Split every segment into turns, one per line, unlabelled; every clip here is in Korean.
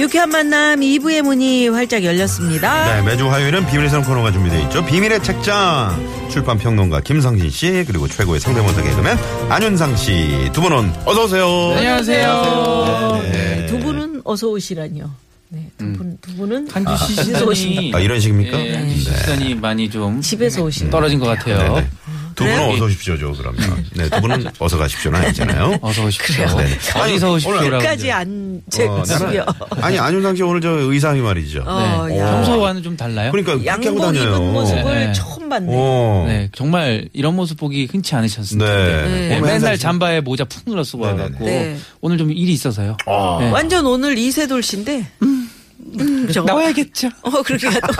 유쾌한 만남 2부의 문이 활짝 열렸습니다.
네, 매주 화요일은 비밀의 성 코너가 준비되어 있죠. 비밀의 책장. 출판 평론가 김성진 씨, 그리고 최고의 성대모사 개그맨 안윤상 씨. 두 분은 어서오세요.
네.
아,
안녕하세요.
네, 두 분은 어서 오시라뇨. 네, 두, 분, 두 분은
한주
집에서 오신다.
시즌이
아, 이런 식입니까?
예, 한주 시즌이 많이 좀
집에서 오신다.
떨어진 것 같아요.
네네. 두 분은 어서 오십시오, 저, 그러면. 네, 두 분은 어서 가십시오는 아니잖아요.
어서 오십시오.
네네.
어디서 오십시오라고.
끝까지 안
어, 네.
제가요.
아니, 안윤상 씨 오늘 저 의상이 말이죠.
어,
네.
야.
평소와는 좀 달라요.
그러니까 그렇게 하고
양복
다녀요. 어.
입은 모습을
네.
처음 봤네.
오.
네, 정말 이런 모습 보기 흔치 않으셨을
네.
텐데.
네.
네,
오늘
맨날
한상 씨.
잠바에 모자 푹 눌러 쓰고 와갖고
네네. 네.
오늘 좀 일이 있어서요. 네.
완전 오늘 이세돌 씨인데. 음, 정말.
나와야겠죠.
어, 그렇게 가도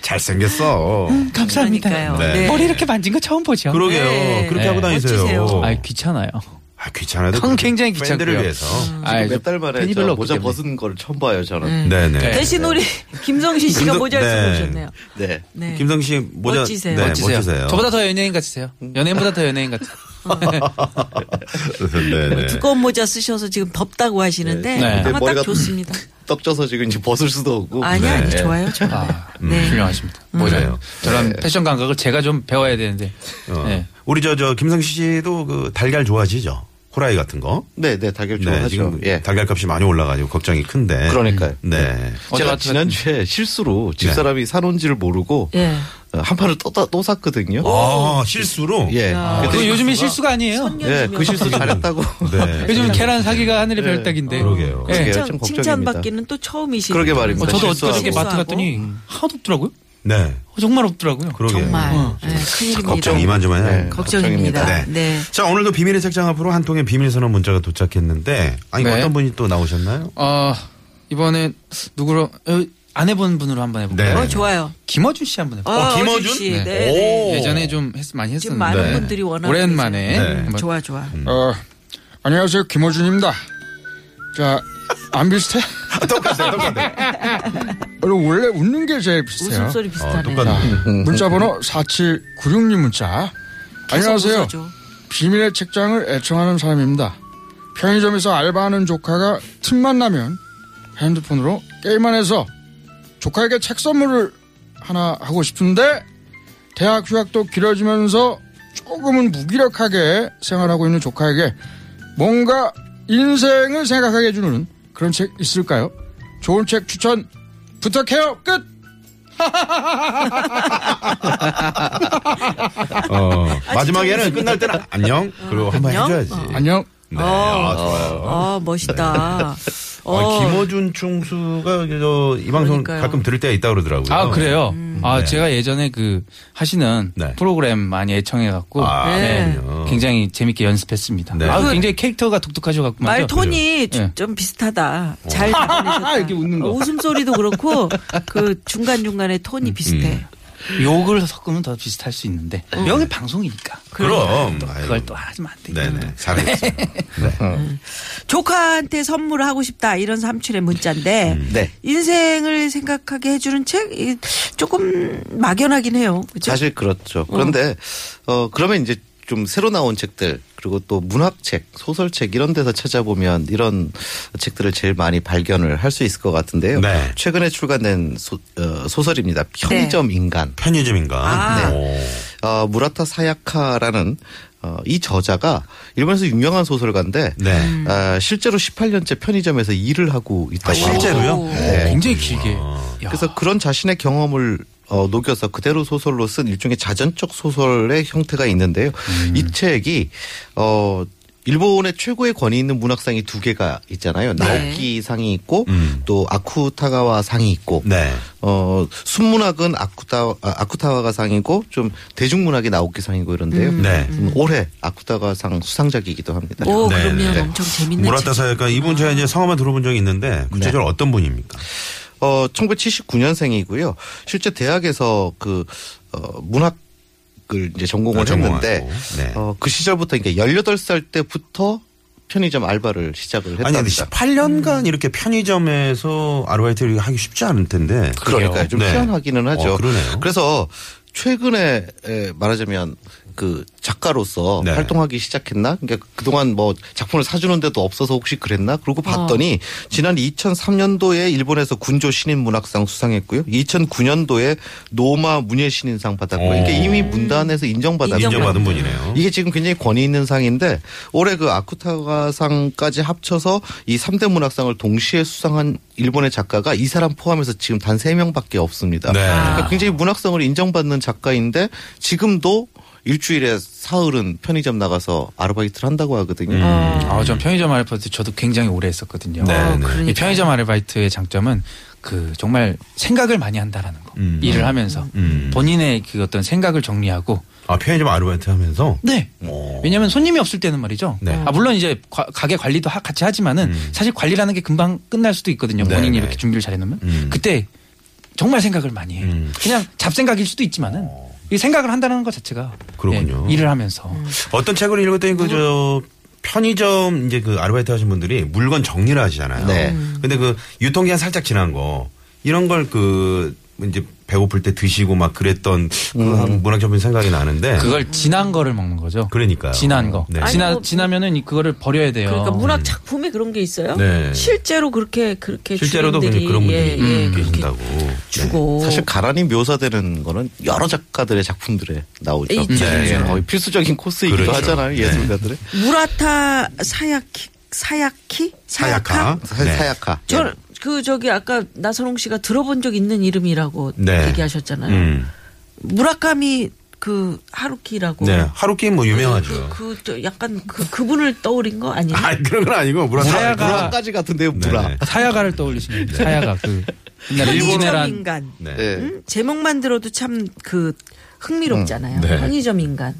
잘생겼어.
네. 감사합니다.
그러니까요.
네.
머리 이렇게 만진 거 처음 보죠.
그러게요.
네.
그렇게
네.
하고 다니세요.
멋지세요.
아, 귀찮아요.
아, 귀찮아도.
그건 굉장히
팬들을
귀찮고요.
위해서.
아,
몇 달 만에
팬이
저
별로 없기
모자
때문에.
벗은 거를 처음 봐요, 저는.
네네.
네.
대신 우리 김성신 씨가
김성-
모자를 쓰고
네.
오셨네요.
네.
네.
김성 씨 모자
멋지세요.
네,
멋지세요.
멋지세요.
저보다 더 연예인 같으세요.
음.
연예인보다 더 연예인 같아요.
네, 네.
두꺼운 모자 쓰셔서 지금 덥다고 하시는데
네.
근데
아마 딱
머리가-
좋습니다.
떡 쪄서 지금 이제 벗을 수도 없고. 네.
아니 아니 좋아요. 좋아요.
아,
네.
훌륭하십니다.
음.
모자요. 저런
네.
패션 감각을 제가 좀 배워야 되는데.
어.
네.
우리 저 저 김성 씨도 그 달걀 좋아하시죠? 호라이 같은 거.
네, 네, 달걀
네,
좋아하죠.
지금
예.
달걀 값이 많이 올라가지고 걱정이 큰데.
그러니까요.
네.
어제
제가
같은- 네.
지난주에 실수로 집사람이 사놓은지를 모르고
예.
어, 한 판을 또, 따- 또 샀거든요.
어,
아 실수로.
예. 그때
그 요즘에 실수가 아니에요.
예, 그 실수 잘했다고.
네.
요즘 계란 사기가 하늘의 별따기인데.
그러게요.
예.
그러게요.
칭찬,
좀 걱정입니다.
칭찬받기는 또 처음이시죠.
그러게
어,
말입니다.
저도
실수하고.
어저께 마트
실수하고. 음.
갔더니 하나도 없더라고요.
네.
어, 정말 없더라고요.
그러게요.
정말
어.
네, 큰일입니다.
걱정 이만저만이
네.
아닙니다.
걱정입니다.
네.
네.
자 오늘도 비밀의 책장 앞으로 한 통의 비밀 선언 문자가 도착했는데 아니
네.
어떤 분이 또 나오셨나요?
어, 이번에 누구로, 어, 안 해본 분으로 한번 해볼까요?
네.
어, 좋아요.
김어준 씨 한번 해볼까요?
어,
김어준?
어준 씨.
네.
네. 네.
예전에 좀 했, 많이 했었는데.
지금
네.
네.
많은 분들이 원하고
오랜만에.
계세요. 네.
한번.
좋아 좋아.
어, 안녕하세요 김호준입니다. 자, 아, 안 비슷해?
똑같아요, 똑같아요.
여러분, 원래 웃는 게 제일 비슷해요.
웃음소리
어,
비슷하네.
똑같네.
문자번호 4796님 문자.
계속
안녕하세요.
웃어줘.
비밀의 책장을 애청하는 사람입니다. 편의점에서 알바하는 조카가 틈만 나면 핸드폰으로 게임만 해서 조카에게 책 선물을 하나 하고 싶은데 대학 휴학도 길어지면서 조금은 무기력하게 생활하고 있는 조카에게 뭔가 인생을 생각하게 해주는 그런 책 있을까요? 좋은 책 추천 부탁해요. 끝!
어, 마지막에는 끝날 때는 어. 안녕 그리고 한번
안녕?
해줘야지.
안녕.
네, 아, 좋아요.
아 멋있다.
네.
어,
아, 김어준 총수가 저, 이 방송
그러니까요.
가끔 들을 때가 있다 그러더라고요.
아, 그래요? 아, 제가 예전에 그 하시는
음. 네.
프로그램 많이 애청해갖고.
아,
네.
그렇군요.
굉장히 재밌게 연습했습니다.
네.
아, 굉장히 캐릭터가 독특하셔갖고.
말 톤이 좀,
네.
좀 비슷하다. 잘 잡아내셨다.
이렇게 웃는 거.
어, 웃음소리도 그렇고 그 중간 중간에
음,
톤이 비슷해.
욕을 섞으면 더 비슷할 수 있는데 여기 방송이니까
그럼.
그걸 또 하지면 안 되죠.
네네. 잘했어요.
조카한테 선물을 하고 싶다 이런 삼촌의 문자인데
음,
네.
인생을 생각하게 해주는 책 이게 조금 막연하긴 해요. 그죠?
사실 그렇죠. 그런데 어 그러면 이제 좀 새로 나온 책들 그리고 또 문학책, 소설책 이런 데서 찾아보면 이런 책들을 제일 많이 발견을 할 수 있을 것 같은데요.
네.
최근에 출간된 소, 설입니다 편의점 인간.
편의점인가?
아.
네.
어, 무라타 사야카라는 어, 이 저자가 일본에서 유명한 소설가인데
네.
아, 실제로 18년째 편의점에서 일을 하고 있다고
아, 실제로요?
네.
어.
굉장히 길게.
그래서 그런 자신의 경험을 어, 녹여서 그대로 소설로 쓴 일종의 자전적 소설의 형태가 있는데요.
음.
이 책이 어 일본의 최고의 권위 있는 문학상이 두 개가 있잖아요.
네.
나오키 상이 있고 또 아쿠타가와 상이 있고
음. 네.
어 순문학은 아쿠타 아, 아쿠타와가 상이고 좀 대중문학이 나오키 상이고 이런데요.
네.
음, 올해 아쿠타가 상 수상작이기도 합니다.
오,
네,
그러면
네.
엄청 재밌는
무라타
책.
사역가 이분 제가 이제 성함만 들어본 적이 있는데 구체적으로 어떤 분입니까?
어, 1979년생이고요. 실제 대학에서 그, 어, 문학, 을 이제 전공을
아, 전공하고.
했는데
네.
어, 그 시절부터 그러니까 18살 때부터 편의점 알바를 시작을 했답니다.
아니 근데 18년간 이렇게 편의점에서 아르바이트를 하기 쉽지 않을 텐데.
그러니까 좀
네.
희한하기는 하죠.
어, 그러네요.
래서 최근에 에, 말하자면 그 작가로서
네.
활동하기 시작했나? 그러니까 그동안 뭐 작품을 사주는 데도 없어서 혹시 그랬나? 그러고 봤더니 지난 2003년도에 일본에서 군조 신인 문학상 수상했고요. 2009년도에 노마 문예 신인상 받았고요.
오.
그러니까 이미 문단에서 인정받았죠.
인정받은 분이네요.
이게 지금 굉장히 권위 있는 상인데 올해 그 아쿠타가상까지 합쳐서 이삼대 문학상을 동시에 수상한 일본의 작가가 이 사람 포함해서 지금 단 세명밖에 없습니다.
네.
그러니까 굉장히 문학성을 인정받는 작가인데 지금도 일주일에 사흘은 편의점 나가서 아르바이트를 한다고
음.
하거든요.
아, 전 편의점 아르바이트 저도 굉장히 오래 했었거든요.
네, 어, 네.
이 편의점 아르바이트의 장점은 그 정말 생각을 많이 한다라는 거.
음.
일을 하면서
음.
본인의 그 어떤 생각을 정리하고
아 편의점 아르바이트 하면서. 어.
네.
오.
왜냐하면 손님이 없을 때는 말이죠.
네. 음.
아, 물론 이제 과- 가게 관리도 하- 같이 하지만은 사실 관리라는 게 금방 끝날 수도 있거든요.
네,
본인이
네.
이렇게 준비를 잘해놓으면
음.
그때 정말 생각을 많이 해요.
음. 어.
그냥 잡생각일 수도 있지만은 이 생각을 한다는 것 자체가
그렇군요.
예, 일을 하면서
음.
어떤 책을 읽었더니 그 저 편의점 이제 그 아르바이트 하신 분들이 물건 정리를 하시잖아요.
네.
근데 그 유통기한 살짝 지난 거 이런 걸 그 이제 배고플 때 드시고 막 그랬던 그
음.
문학적인 생각이 나는데
그걸 진한 거를 먹는 거죠.
네. 그러니까요.
진한 거.
네.
지나
아니, 뭐-
지나면은 이- 그거를 버려야 돼요.
그러니까 문학 작품에 그런 게 있어요.
음. 네.
실제로 그렇게 그렇게
실제로도
주인들이,
그런 분들이 음,
예, 예, 그렇게
계신다고. 네.
주고
사실 가란히 묘사되는 거는 여러 작가들의 작품들에 나오죠.
있죠, 있죠.
거의 필수적인 코스이기도
네. 그렇죠.
하잖아요. 예술가들의
무라타 사야키 사야키
사야카.
사-
네.
사야카.
저는 그 저기 아까 나선홍 씨가 들어본 적 있는 이름이라고
네.
얘기하셨잖아요.
음.
무라카미 그 하루키라고
네. 하루키 뭐 유명하죠.
음. 그, 그 약간 그 그분을 떠올린 거 아니에요?
아 그런 건 아니고 무라
사야가-
무라까지 같은데요, 무라.
네네.
사야가를 떠올리시는 거예요. 사야가 그 옛날에
편의점
일본애란
인간
네.
네.
음? 제목만 들어도 참 그 흥미롭잖아요.
네.
편의점 인간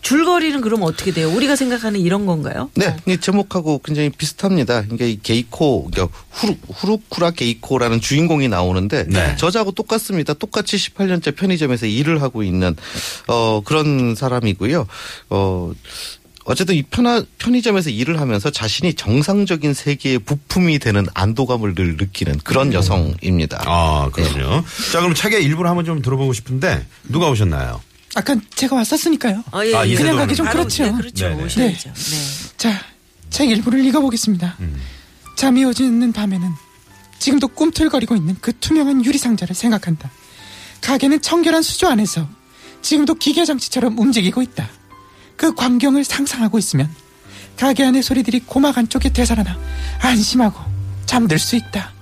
줄거리는 그럼 어떻게 돼요? 우리가 생각하는 이런 건가요?
네, 이 제목하고 굉장히 비슷합니다. 그러니까 이 게이코, 그러니까 후루, 후루쿠라 게이코라는 주인공이 나오는데
네.
저자하고 똑같습니다. 똑같이 18년째 편의점에서 일을 하고 있는 어 그런 사람이고요. 어 어쨌든 이 편하, 편의점에서 일을 하면서 자신이 정상적인 세계의 부품이 되는 안도감을 늘 느끼는 그런 여성입니다.
아 그럼요.
네.
자 그럼 책의 일부를 한번 좀 들어보고 싶은데 누가 오셨나요?
아까 제가 왔었으니까요.
아, 예,
아,
예.
이세돌
그냥 가기 좀
의원.
바로,
그렇죠.
네, 그렇죠.
네, 네.
오셔야죠. 네.
자, 책 일부를 읽어보겠습니다. 잠이 오지는 밤에는 지금도 꿈틀거리고 있는 그 투명한 유리상자를 생각한다. 가게는 청결한 수조 안에서 지금도 기계장치처럼 움직이고 있다. 그 광경을 상상하고 있으면 가게 안의 소리들이 고막 안쪽에 되살아나 안심하고 잠들 수 있다.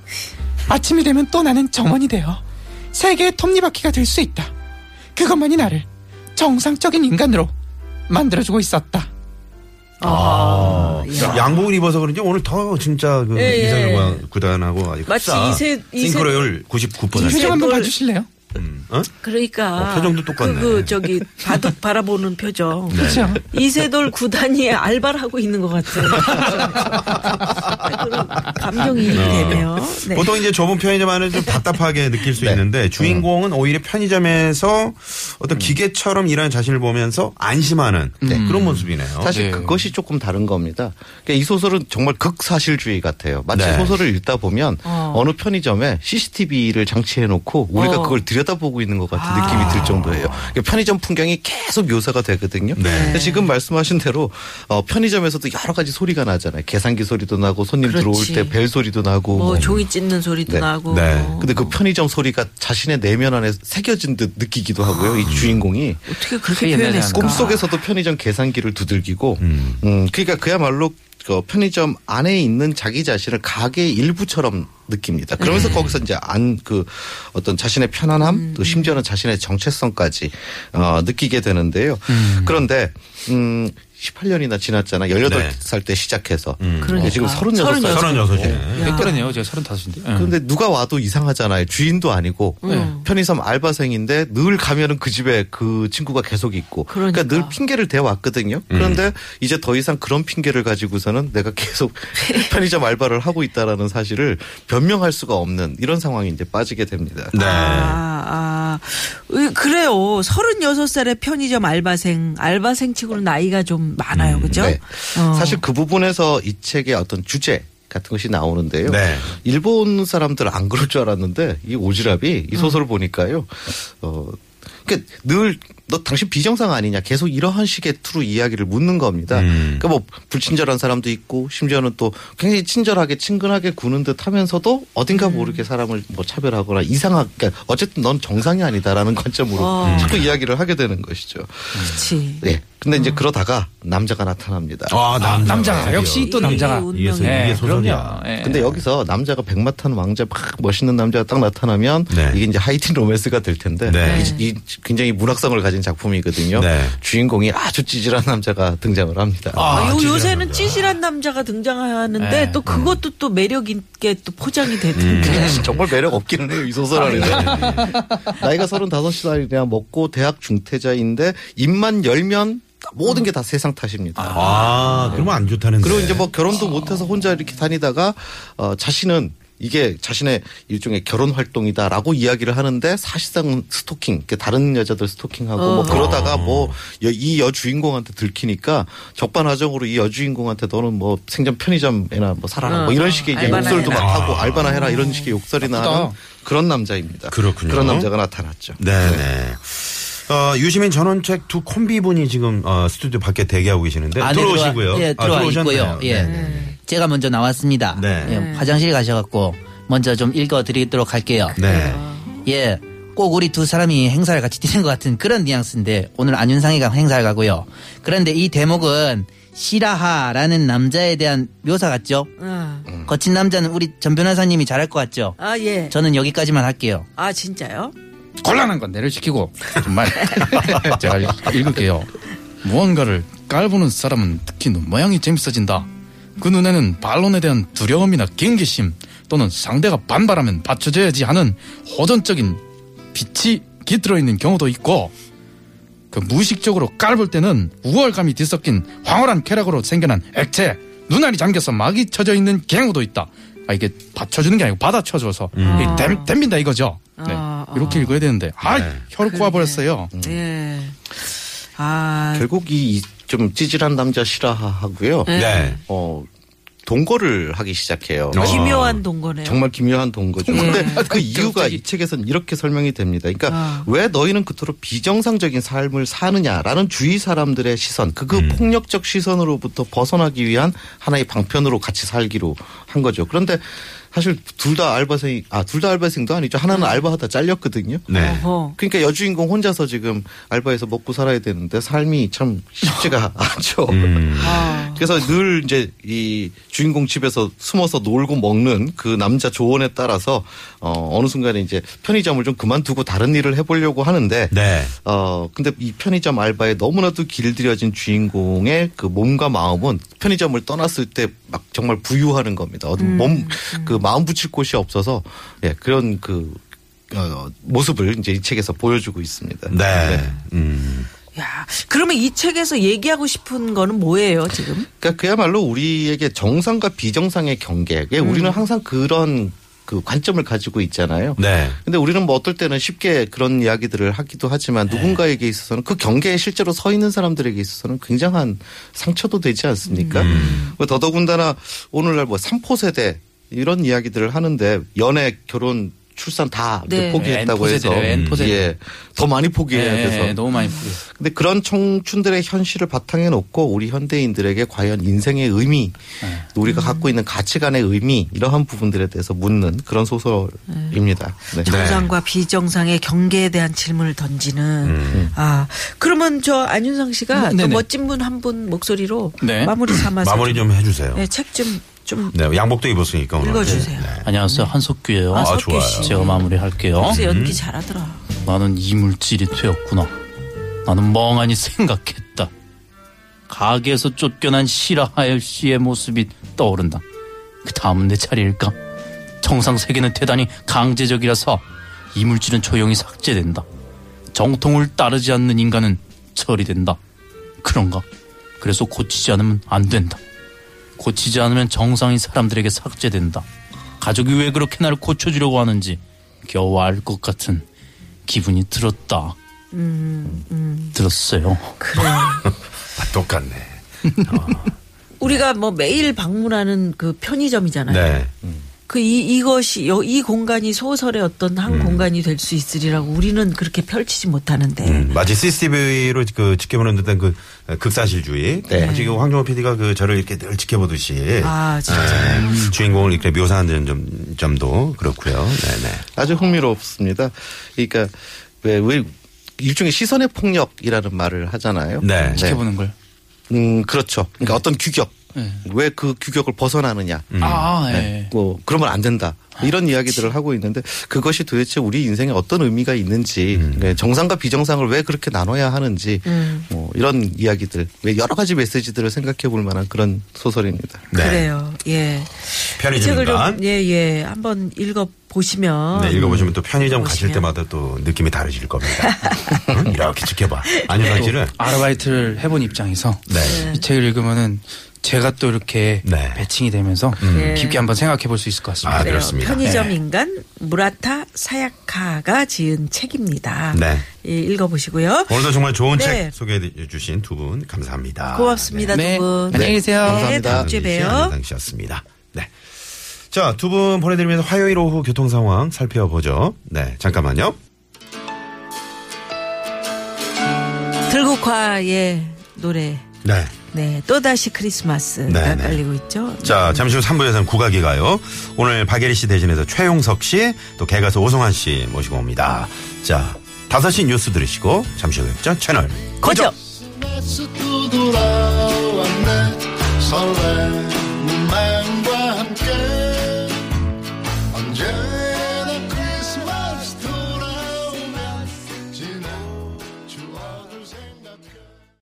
아침이 되면 또 나는 정원이 되어 세계의 톱니바퀴가 될 수 있다. 그것만이 나를 정상적인 인간으로 만들어주고 있었다.
아, 양복을 입어서 그런지 오늘 더 진짜 그
예, 예.
이상형 구단하고 아주
마치
흡사.
이세- 이세-
싱크로율 99%.
표정 한번
뭘-
봐주실래요?
음, 어?
그러니까
어, 표정도 똑같네. 네.
그, 그 저기 바둑 바라보는 표정.
그렇죠.
이세돌 구단이 알바를 하고 있는 것 같아요.
어.
감정이 되네요. 네.
보통 이제 좁은 편의점 안은 좀 답답하게 느낄 수 있는데 주인공은 오히려 편의점에서 어떤 기계처럼 일하는 자신을 보면서 안심하는 음. 그런 어? 모습이네요.
사실
네.
그것이 조금 다른 겁니다. 그러니까 이 소설은 정말 극사실주의 같아요. 마치
네.
소설을 읽다 보면
어.
어. 느 편의점에 CCTV를 장치해놓고 우리가
어. 아.
그걸 들여다보고 있는 것 같은 느낌이 들 정도예요. 그러니까 편의점 풍경이 계속 묘사가 되거든요. 근데 지금 말씀하신 대로 어, 편의점에서도 여러 가지 소리가 나잖아요. 계산기 소리도 나고 손님
그렇지.
들어올 때 벨 소리도 나고.
뭐
뭐.
종이 찢는 소리도
네.
나고.
네.
뭐.
근데 그 편의점 소리가 자신의 내면 안에 새겨진 듯 느끼기도 하고요. 이 주인공이
어떻게 그렇게
옛날에
표현했을까?
꿈속에서도 편의점 계산기를 두들기고 음, 그러니까 그야말로 그 편의점 안에 있는 자기 자신을 가게의 일부처럼
네.
느낍니다. 그러면서 거기서 이제 안 그 어떤 자신의 편안함
음.
또 심지어는 자신의 정체성까지 어, 느끼게 되는데요. 그런데 음 18년이나 지났잖아. 18살 때 시작해서
네.
어,
그러니까.
지금 36살.
36.
서른 여섯이네.
네, 그러네요. 제가 서른다섯인데. 예.
음.
그런데 누가 와도 이상하잖아요. 주인도 아니고
네.
편의점 알바생인데 늘 가면은 그 집에 그 친구가 계속 있고.
그러니까.
늘 핑계를 대 왔거든요. 그런데 이제 더 이상 그런 핑계를 가지고서는 내가 계속 편의점 알바를 하고 있다라는 사실을 변명할 수가 없는 이런 상황에 이제 빠지게 됩니다.
네.
아, 아, 으, 그래요. 36살의 편의점 알바생, 알바생 치고는 나이가 좀 많아요. 그죠?
네.
어.
사실 그 부분에서 이 책의 어떤 주제 같은 것이 나오는데요.
네.
일본 사람들 안 그럴 줄 알았는데 이 오지랖이 이 소설을 보니까요. 어 그러니까 늘 너 당신 비정상 아니냐 계속 이러한 식의 투로 이야기를 묻는 겁니다. 그러니까 뭐 불친절한 사람도 있고 심지어는 또 굉장히 친절하게 친근하게 구는 듯 하면서도
음.
어딘가 모르게 사람을 뭐 차별하거나 이상하게 그러니까 어쨌든 넌 정상이 아니다라는 관점으로
어.
자꾸 이야기를 하게 되는 것이죠.
그렇지.
예. 근데
어.
이제 그러다가 남자가 나타납니다.
아, 남자.
남자가 역시 또
이게
남자가.
운명이야.
이게 소-
네,
이게 소설이야.
그럼요. 예.
근데 여기서 남자가 백마탄 왕자 막 멋있는 남자가 딱 나타나면
네.
이게 이제 하이틴 로맨스가 될 텐데
네.
이, 이 굉장히 문학성을 가진 작품이거든요.
네.
주인공이 아주 찌질한 남자가 등장을 합니다.
아, 요,
찌질한
요새는
남자.
찌질한 남자가 등장하는데
네.
또 그것도 또 매력 있게 또 포장이 되던데.
네.
정말 매력 없기는 해요 이 소설 안에
아,
나이가 35살이나 먹고 대학 중퇴자인데 입만 열면 모든 게 다 세상 탓입니다.
아, 그러면 안 좋다는데.
그리고 이제 뭐 결혼도 못해서 혼자 이렇게 다니다가 어, 자신은 이게 자신의 일종의 결혼 활동이다라고 이야기를 하는데 사실상 스토킹, 이렇게 다른 여자들 스토킹하고 뭐 그러다가 뭐 이 여주인공한테 들키니까 적반하정으로 이 여주인공한테 너는 뭐 생전 편의점에나 뭐 살아라 뭐 이런 식의 이제
알바나
욕설도 막
해라.
하고 알바나 해라 이런 식의 욕설이나
나쁘다.
하는 그런 남자입니다.
그렇군요.
런 남자가 나타났죠.
네네. 어, 유시민 전원책 두 콤비분이 지금 어, 스튜디오 밖에 대기하고 계시는데
안에
들어오시고요. 아,
들어와- 예, 들어와
들어오셨네요.
있고요. 예.
네네.
제가 먼저 나왔습니다.
네.
예, 화장실 가셔갖고 먼저 좀 읽어드리도록 할게요.
네.
예. 꼭 우리 두 사람이 행사를 같이 뛰는 것 같은 그런 뉘앙스인데 오늘 안윤상이가 행사를 가고요. 그런데 이 대목은 시라하라는 남자에 대한 묘사 같죠?
아,
음.
거친 남자는 우리 전 변호사님이 잘할 것 같죠?
아, 예.
저는 여기까지만 할게요.
아, 진짜요?
곤란한 건내를 시키고 정말 제가 읽- 읽을게요. 무언가를 깔보는 사람은 특히 눈 모양이 재밌어진다. 그 눈에는 반론에 대한 두려움이나 경계심 또는 상대가 반발하면 받쳐줘야지 하는 호전적인 빛이 깃들어 있는 경우도 있고 그 무의식적으로 깔볼 때는 우월감이 뒤섞인 황홀한 쾌락으로 생겨난 액체 눈알이 잠겨서 막이 쳐져 있는 경우도 있다. 아 이게 받쳐주는 게 아니고 받아쳐줘서 이게 댐- 댐빈다 이거죠. 네.
아,
이렇게 읽어야 되는데 아 혀를 꼬아버렸어요.
예. 아,
결국 이 좀 찌질한 남자 시라하하고요.
네.
어 동거를 하기 시작해요.
어. 기묘한 동거네요.
정말 기묘한 동거죠. 근데 그 이유가 이 책에서는 이렇게 설명이 됩니다. 그러니까 왜 너희는 그토록 비정상적인 삶을 사느냐라는 주위 사람들의 시선, 그, 그 폭력적 시선으로부터 벗어나기 위한 하나의 방편으로 같이 살기로 한 거죠. 그런데 사실 둘 다 알바생, 아, 둘 다 알바생도 아니죠. 하나는 알바하다 잘렸거든요.
네.
어허.
그러니까 여주인공 혼자서 지금 알바해서 먹고 살아야 되는데 삶이 참 쉽지가 않죠.
아.
그래서 늘 이제 이 주인공 집에서 숨어서 놀고 먹는 그 남자 조언에 따라서 어 어느 순간에 이제 편의점을 좀 그만두고 다른 일을 해보려고 하는데
네.
어 근데 이 편의점 알바에 너무나도 길들여진 주인공의 그 몸과 마음은 편의점을 떠났을 때 막 정말 부유하는 겁니다. 몸 그 마음 붙일 곳이 없어서 예 그런 그 어, 모습을 이제 이 책에서 보여주고 있습니다.
네. 음.
야, 그러면 이 책에서 얘기하고 싶은 거는 뭐예요, 지금?
그러니까 그야말로 우리에게 정상과 비정상의 경계. 에 우리는 항상 그런 그 관점을 가지고 있잖아요.
네.
근데 우리는 뭐 어떨 때는 쉽게 그런 이야기들을 하기도 하지만
네.
누군가에게 있어서는 그 경계에 실제로 서 있는 사람들에게 있어서는 굉장한 상처도 되지 않습니까?
음.
뭐 더더군다나 오늘날 뭐 삼포 세대 이런 이야기들을 하는데 연애, 결혼, 출산 다 이제
네.
포기했다고 해서
N포세대래요, N포세대.
예, 더 많이 포기해야 돼서
예, 너무 많이 포기.
근데 그런 청춘들의 현실을 바탕에 놓고 우리 현대인들에게 과연 인생의 의미,
네.
우리가 갖고 있는 가치관의 의미 이러한 부분들에 대해서 묻는 그런 소설입니다. 네.
정상과 비정상의 경계에 대한 질문을 던지는. 아, 그러면 저 안윤상 씨가 또
음, 네네.
멋진 분 한 분 목소리로
네.
마무리 삼아서
마무리 좀 해주세요.
네, 책좀 좀
네, 양복도 입었으니까 오늘. 네. 아,
읽어주세요.
안녕하세요. 한석규예요.
아, 석규 좋아요. 씨.
제가 마무리할게요.
그래서 연기 잘하더라.
나는 이물질이 되었구나. 나는 멍하니 생각했다. 가게에서 쫓겨난 시라하엘 씨의 모습이 떠오른다. 그 다음은 내 차례일까? 정상 세계는 대단히 강제적이라서 이물질은 조용히 삭제된다. 정통을 따르지 않는 인간은 처리된다. 그런가? 그래서 고치지 않으면 안 된다. 고치지 않으면 정상인 사람들에게 삭제된다. 가족이 왜 그렇게 나를 고쳐주려고 하는지 겨우 알 것 같은 기분이 들었다.
음, 음.
들었어요.
그래요.
똑같네.
우리가 뭐 매일 방문하는 그 편의점이잖아요.
네.
그 이, 이것이 여- 이 공간이 소설의 어떤 한 공간이 될 수 있으리라고 우리는 그렇게 펼치지 못하는데
음, 마치 CCTV로 그 지켜보는 듯한 그 극사실주의. 마치 그 황정호 PD가 그 저를 이렇게 늘 지켜보듯이.
아, 진짜.
네, 주인공을 이렇게 묘사하는 점, 점도 그렇고요. 네네.
아주 흥미롭습니다. 그러니까 왜, 왜 일종의 시선의 폭력이라는 말을 하잖아요.
네.
지켜보는 걸.
음 그렇죠. 그러니까 어떤 규격 왜 그 규격을 벗어나느냐.
아, 예.
네.
뭐 그러면 안 된다. 뭐 이런 이야기들을 하고 있는데 그것이 도대체 우리 인생에 어떤 의미가 있는지 그러니까 정상과 비정상을 왜 그렇게 나눠야 하는지
음.
뭐 이런 이야기들 왜 여러 가지 메시지들을 생각해 볼 만한 그런 소설입니다.
그래요. 예. 이
네. 편의점
책을
인간.
좀, 예, 예. 한번 읽어 보시면
네, 읽어보시면 또 편의점 가실
음. 보시면.
때마다 또 느낌이 다르실 겁니다. 응? 이렇게 지켜봐. 아니, 사실은.
또 아르바이트를 해본 입장에서
네.
이 책을 읽으면은 제가 또 이렇게 배칭이 되면서
음. 아,
깊게 한번 생각해 볼 수 있을 것 같습니다.
그래요. 편의점
네.
인간 무라타 사야카가 지은 책입니다.
네.
예, 읽어보시고요.
오늘도 정말 좋은
네.
책 소개해 주신 두 분 감사합니다. 네.
고맙습니다, 두 분. 안녕히 계세요. 아, 네, 다음 주에 봬요.
당시였습니다. 네. 자, 두 분 보내드리면서 화요일 오후 교통 상황 살펴보죠. 네, 잠깐만요.
들국화의 노래.
네.
네, 또다시 크리스마스가
네, 네.
깔리고 있죠.
자, 잠시 후 3부에서는 국악이 가요. 오늘 박예리 씨 대신해서 최용석 씨, 또 개가수 오성환 씨 모시고 옵니다. 자, 5시 뉴스 들으시고 잠시 후에 뵙죠. 채널
고정!
또 돌아왔네 설레